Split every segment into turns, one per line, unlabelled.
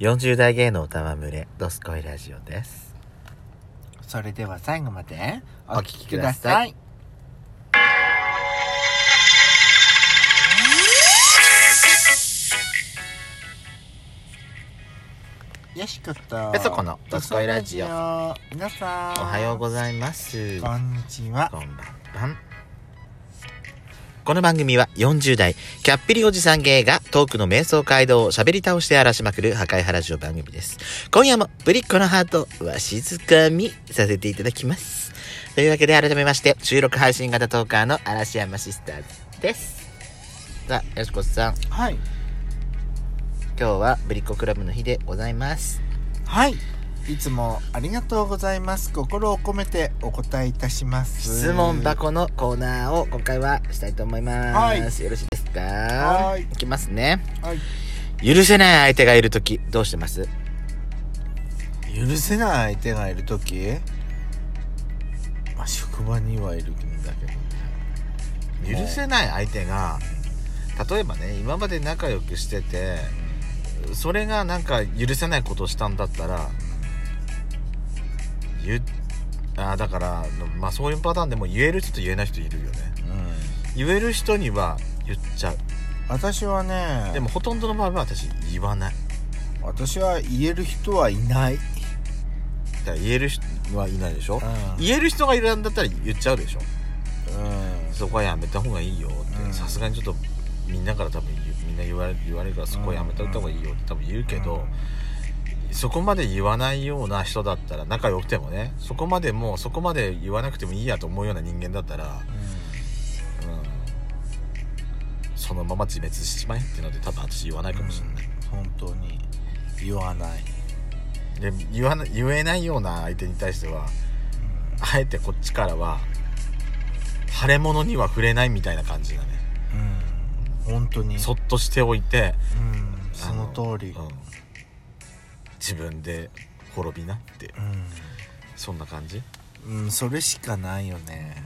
40代芸能歌まむれ、ドスコイラジオです。
それでは最後までお
お
聞
聞
き
き
く
く
だ
だ
さ
さ
い
い
よしこと
ペソコのドスコイラジオ
ドスコイラジオ皆さん
おはようございます。
こんにちは
こんばんは。この番組は40代、キャッピリおじさん芸がトークの瞑想街道を喋り倒して荒らしまくる破壊原ラジオ番組です。今夜もぶりっ子のハートは静かみさせていただきます。というわけで改めまして、収録配信型トーカーの嵐山シスターズです。さあ、よしこさん、
はい
今日はぶりっ子クラブの日でございます。
はいいつもありがとうございます心を込めてお答えいたします
質問箱のコーナーを今回はしたいと思います。よろしいですか
はい
いきますね。
はい
許せない相手がいるときどうしてます
許せない相手がいる時まあ職場にはいるんだけどね
許せない相手が例えばね今まで仲良くしててそれがなんか許せないことをしたんだったらゆあだから、まあ、そういうパターンでも言える人と言えない人いるよね
うん
言える人には言っちゃう
私はね
でもほとんどの場合は私言わない
私は言える人はいない、
だから言える人はいないでしょ言える人がいるんだったら言っちゃうでしょ
う
そこはやめた方がいいよっ
うん
てさすがにちょっとみんんなから多分言うみんな言われ言われるからそこはやめた方がいいよって多分言うけど、そこまで言わないような人だったら仲良くてもねそこまでもうそこまで言わなくてもいいやと思うような人間だったら、うん、そのまま自滅してしまえってので多分私言わないかもしれない、
本当に言わない、
で言わな言えないような相手に対してはあえてこっちからは腫れ物には触れないみたいな感じだね
うん、本当に
そっとしておいて
うん、その通り、
あのうん自分で滅びなってそんな感じ
うん、うん、それしかないよね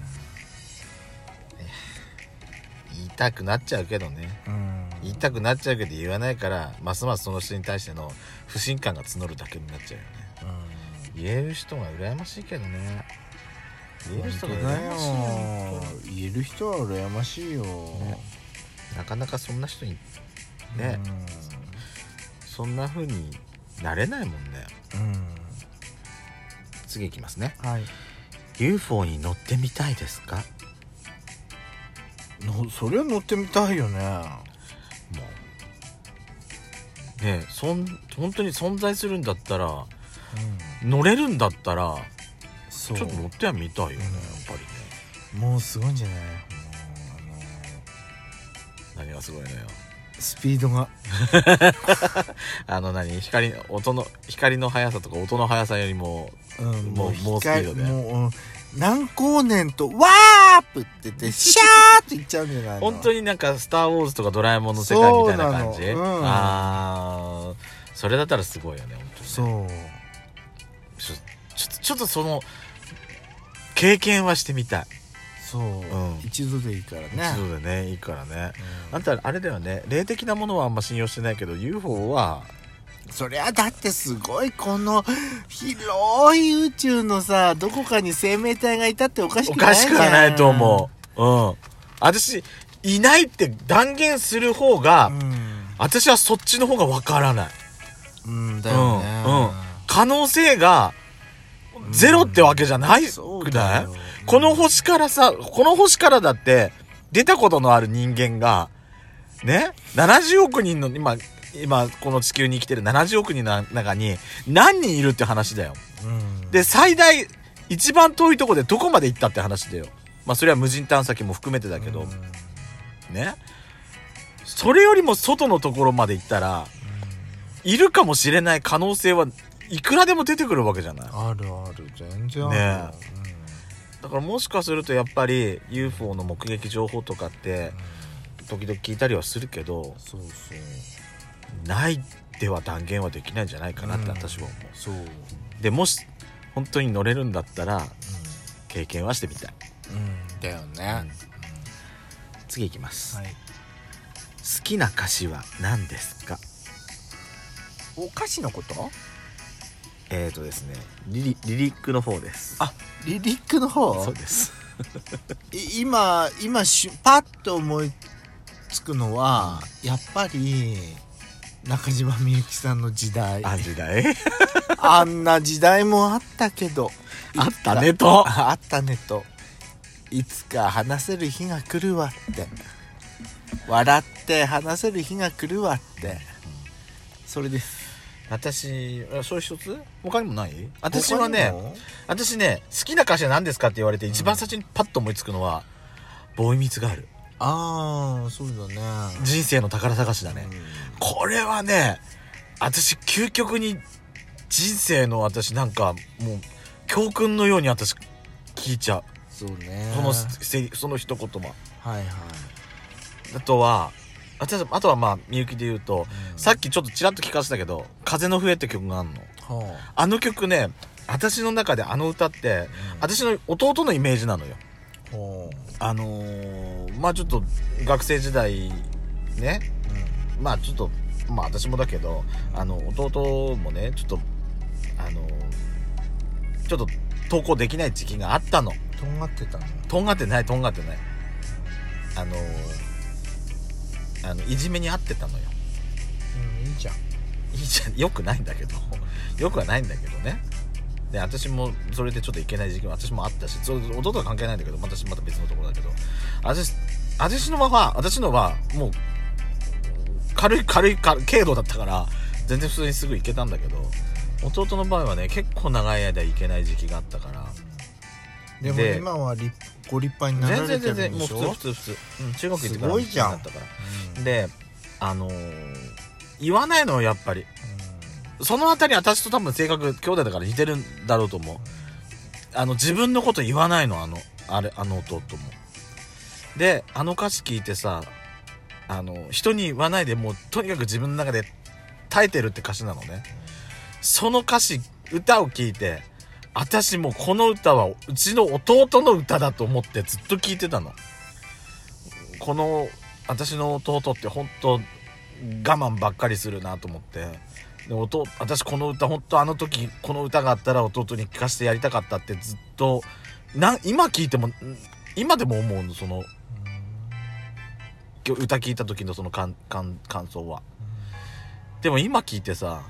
言いたくなっちゃうけどね
うん
言いたくなっちゃうけど言わないからますますその人に対しての不信感が募るだけになっちゃうよね
う
言える人が羨ましいけどね言え
ん
る人が
本当だ
羨ま
よ
しいよ本
言える人は羨ましいよ、
当になかなかそんな人にね、そんな風になれないもんね
うん、
次いきますね
うん、はい
UFO に乗ってみたいですか
のそれは乗ってみたいよね
もうねえそん本当に存在するんだったら
うん
乗れるんだったらち
そ
ょ
う
っと乗ってはみたいよね
うん
やっぱりね
もうすごいんじゃないもうあの
何がすごいのよ
スピードが
あの何光音の光の速さとか音の速さよりも
うん
もう
光
猛スピードで
もう、うん何光年とワープって言ってシャーって言っちゃうんじゃないの
本当
に
になんか「スター・ウォーズ」とか「ドラえもん」の世界みたいな感じ
そうなのうん
ああそれだったらすごいよね本当に
そう
ちょちょっとちょっとその経験はしてみたい
そう、
ん
一度でいいからね
そうだねいいからね
うん
あんたあれだよね霊的なものはあんま信用してないけど UFO は
そりゃだってすごいこの広い宇宙のさどこかに生命体がいたっておかし
お
くな
か
いじ
し
ゃん
くはないと思ううん私いないって断言する方が、私はそっちの方がわからない
うん、うん、だよね、
うんうん可能性がゼロってわけじゃない
そう
く
だ
な
よ
いこの星からさこの星からだって出たことのある人間がね70億人の今今この地球に生きてる70億人の中に何人いるって話だよ
うん
で、最大、一番遠いとこでどこまで行ったって話だよ。まあ、それは無人探査機も含めてだけど、
うん
ね。それよりも外のところまで行ったら、いるかもしれない可能性はいくらでも出てくるわけじゃない。
あるある全然あ
ね
る
だからもしかするとやっぱり UFO の目撃情報とかって
うん、
時々聞いたりはするけど、
そうそう
ないでは断言はできないんじゃないかなって私は思
そう、うん
う。で、もし、本当に乗れるんだったら、経験はしてみたい。
うん、だよね、
次行きます。
はい
好きな歌詞は何ですか
お菓子のこと
えーとですねリリリリックの方です
あリリックの方
そう です
い今今しゅパッと思いつくのはやっぱり中島みゆきさんの時代あ
時 代
んな時代もあったけど
あったねと
あったねといつか話せる日が来るわって笑って話せる日が来るわってそれです
私あそれ一つ他にもない私はね私ね好きな歌詞は何ですかって言われて一番最初にパッと思いつくのは「ボーイミーツガール
ああそうだね」
人生の宝探しだね、これはね私究極に人生の私なんかもう教訓のように私聞いちゃう
そうね
そのせりその一言は
はいはい、
あとは私あとはまあみゆきで言うと、さっきちょっとちらっと聞かせたけど「風の笛」って曲があるの
は
あの曲ね私の中であの歌って私の弟のイメージなのよ
あは
あのーまあちょっと学生時代ねまあちょっとまあ私もだけどあの弟もねちょっとあのちょっと登校できない時期があったの
あとんがってたの
とんがってないとんがってないあのあのいじめにあってたのよ
うんいいじゃん
いいじゃんよくないんだけどよくはないんだけどねで私もそれでちょっといけない時期も私もあったしそれ弟は関係ないんだけど私また別のところだけど私私のは私のはもう軽い軽い軽い軽度だったから全然普通にすぐ行けたんだけど弟の場合はね結構長い間行けない時期があったから
でも
で
今は立ご立派になら
全
れ
然
て
全然も
るんで
う
し
普
ょ
通普通普通、うん、中学行ってから
すごいじゃん
だったからであのー言わないのよやっぱりそのあたり私と多分性格兄弟だから似てるんだろうと思う。あの自分のこと言わないのあの、あれ、あの弟も。で、あの歌詞聞いてさ、あの、人に言わないでもうとにかく自分の中で耐えてるって歌詞なのね。その歌詞、歌を聞いて、私もうこの歌はうちの弟の歌だと思ってずっと聞いてたの。この私の弟って本当我慢ばっかりするなと思って。で弟私この歌本当あの時この歌があったら弟に聴かせてやりたかったってずっとなん今聴いてもん今でも思うのその今日歌聴いた時のその感感感想はでも今聴いてさ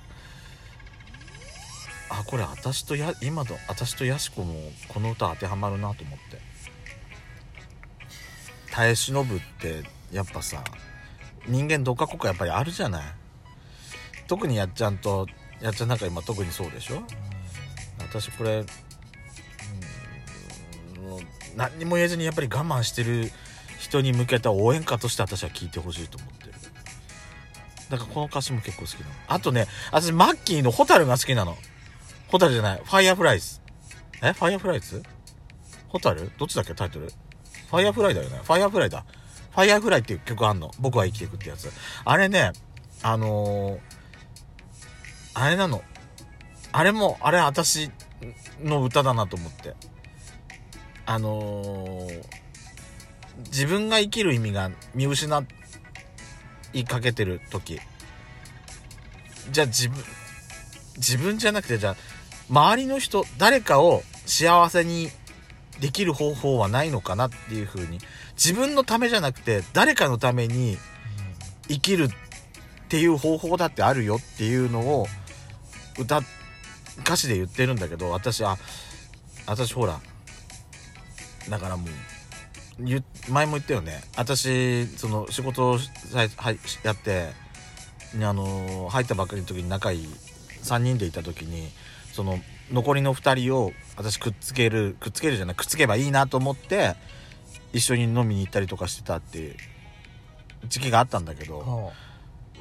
あこれ私とや今の私とやしこもこの歌当てはまるなと思って耐え忍ぶってやっぱさ人間どっかこっかやっぱりあるじゃない特にやっちゃんとやっちゃんなんか今特にそうでしょ私これ、うん、もう何にも言えずにやっぱり我慢してる人に向けた応援歌として私は聞いてほしいと思ってるだからこの歌詞も結構好きなのあとね私マッキーの「ホタル」が好きなのホタルじゃないファイアフライズえファイアフライズホタルどっちだっけタイトルファイアフライだよね。ファイアフライだ。ファイアフライっていう曲あんの。僕は生きていくってやつ。あれね、あのーあれなの。あれも、あれ私の歌だなと思って。あのー自分が生きる意味が見失いかけてる時。じゃあ自分、自分じゃなくて、じゃあ、周りの人、誰かを幸せにできる方法はないのかなっていうふうに自分のためじゃなくて誰かのために生きるっていう方法だってあるよっていうのを歌歌詞で言ってるんだけど私あ私ほらだからもう言前も言ったよね私その仕事をさはいやってあの入ったばっかりの時に仲いい3人でいた時にその残りの2人を私くっつけるくっつけるじゃないくっつけばいいなと思って一緒に飲みに行ったりとかしてたっていう時期があったんだけど
は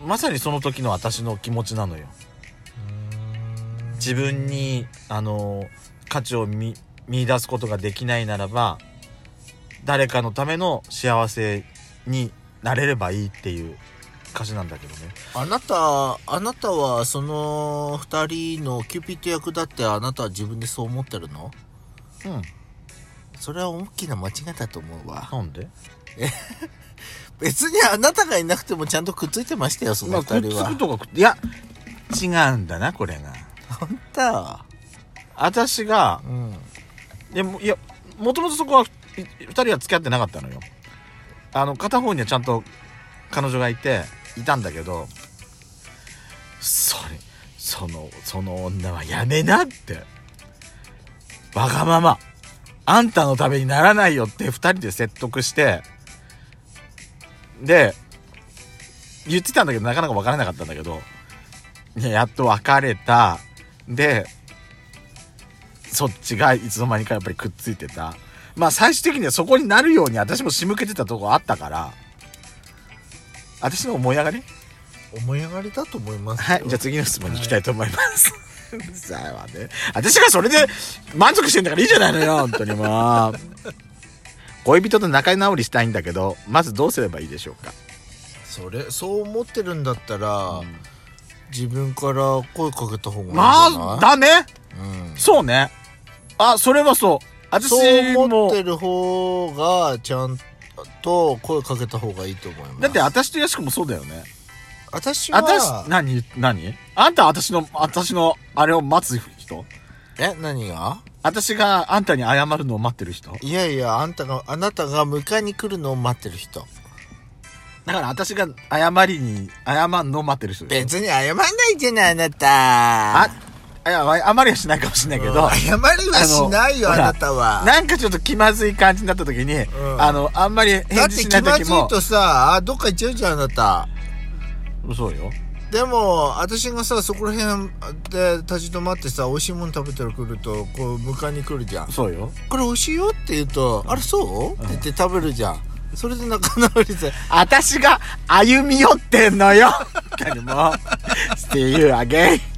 まさにその時の私の気持ちなのよ。
あうーん
自分にあの価値を見見出すことができないならば誰かのための幸せになれればいいっていう歌詞なんだけどね
あなたあなたはその二人のキューピット役だってあなたは自分でそう思ってるの
うん
それは大きな間違いだと思うわ
なんで
別にあなたがいなくてもちゃんとくっついてましたよそ
ま
の
あくっ
二人
つ
は
くとかくっいや
違うんだなこれが
本当
私が
うん
いやもいやもともとそこはい二人は付き合ってなかったのよあの片方にはちゃんと彼女がいていたんだけどそれそのその女はやめなってわがままあんたのためにならないよって二人で説得してで言ってたんだけどなかなか分からなかったんだけどいややっと別れたでそっちがいつの間にかやっぱりくっついてたまあ最終的にはそこになるように私も仕向けてたとこあったから私の思い上がり
思い上がりだと思います
はいじゃあ次の質問に行きたいと思います、うるさいわね私がそれで満足してんだからいいじゃないのよ本当にもう恋人と仲直りしたいんだけどまずどうすればいいでしょうか
それそう思ってるんだったら、
うん
自分から声かけた方がいいんじ
ま
ゃない、
あだね
うん、
そうねあそれはそう私
そう思
も
ってる方がちゃんと声かけた方がいいと思います
だって私とヤシコもそうだよね
私は
私何何あんた私の私のあれを待つ人
え何が
私があんたに謝るのを待ってる人
いやいやあんたがあなたが迎えに来るのを待ってる人
だから私が謝りに謝るのを待ってる人でしょ
別に謝んないじゃないあなた
あいや謝りはしないかもしれないけど、
謝りはしないよ
あ
あ
の
なたは
なんかちょっと気まずい感じになった時に、
ん
あのあんまり返
だって
事し
気
ない
まず
時
い
も
とさあどっか行っちゃうじゃんあなた
そうよ
でも私がさそこら辺で立ち止まってさ美味しいもの食べてくるとこう迎えに来るじゃん
そうよ
これ美味しいよって言うと「あれそう?」って言って食べるじゃんそれで仲直りさ
私が歩み寄ってんのよ何も See you again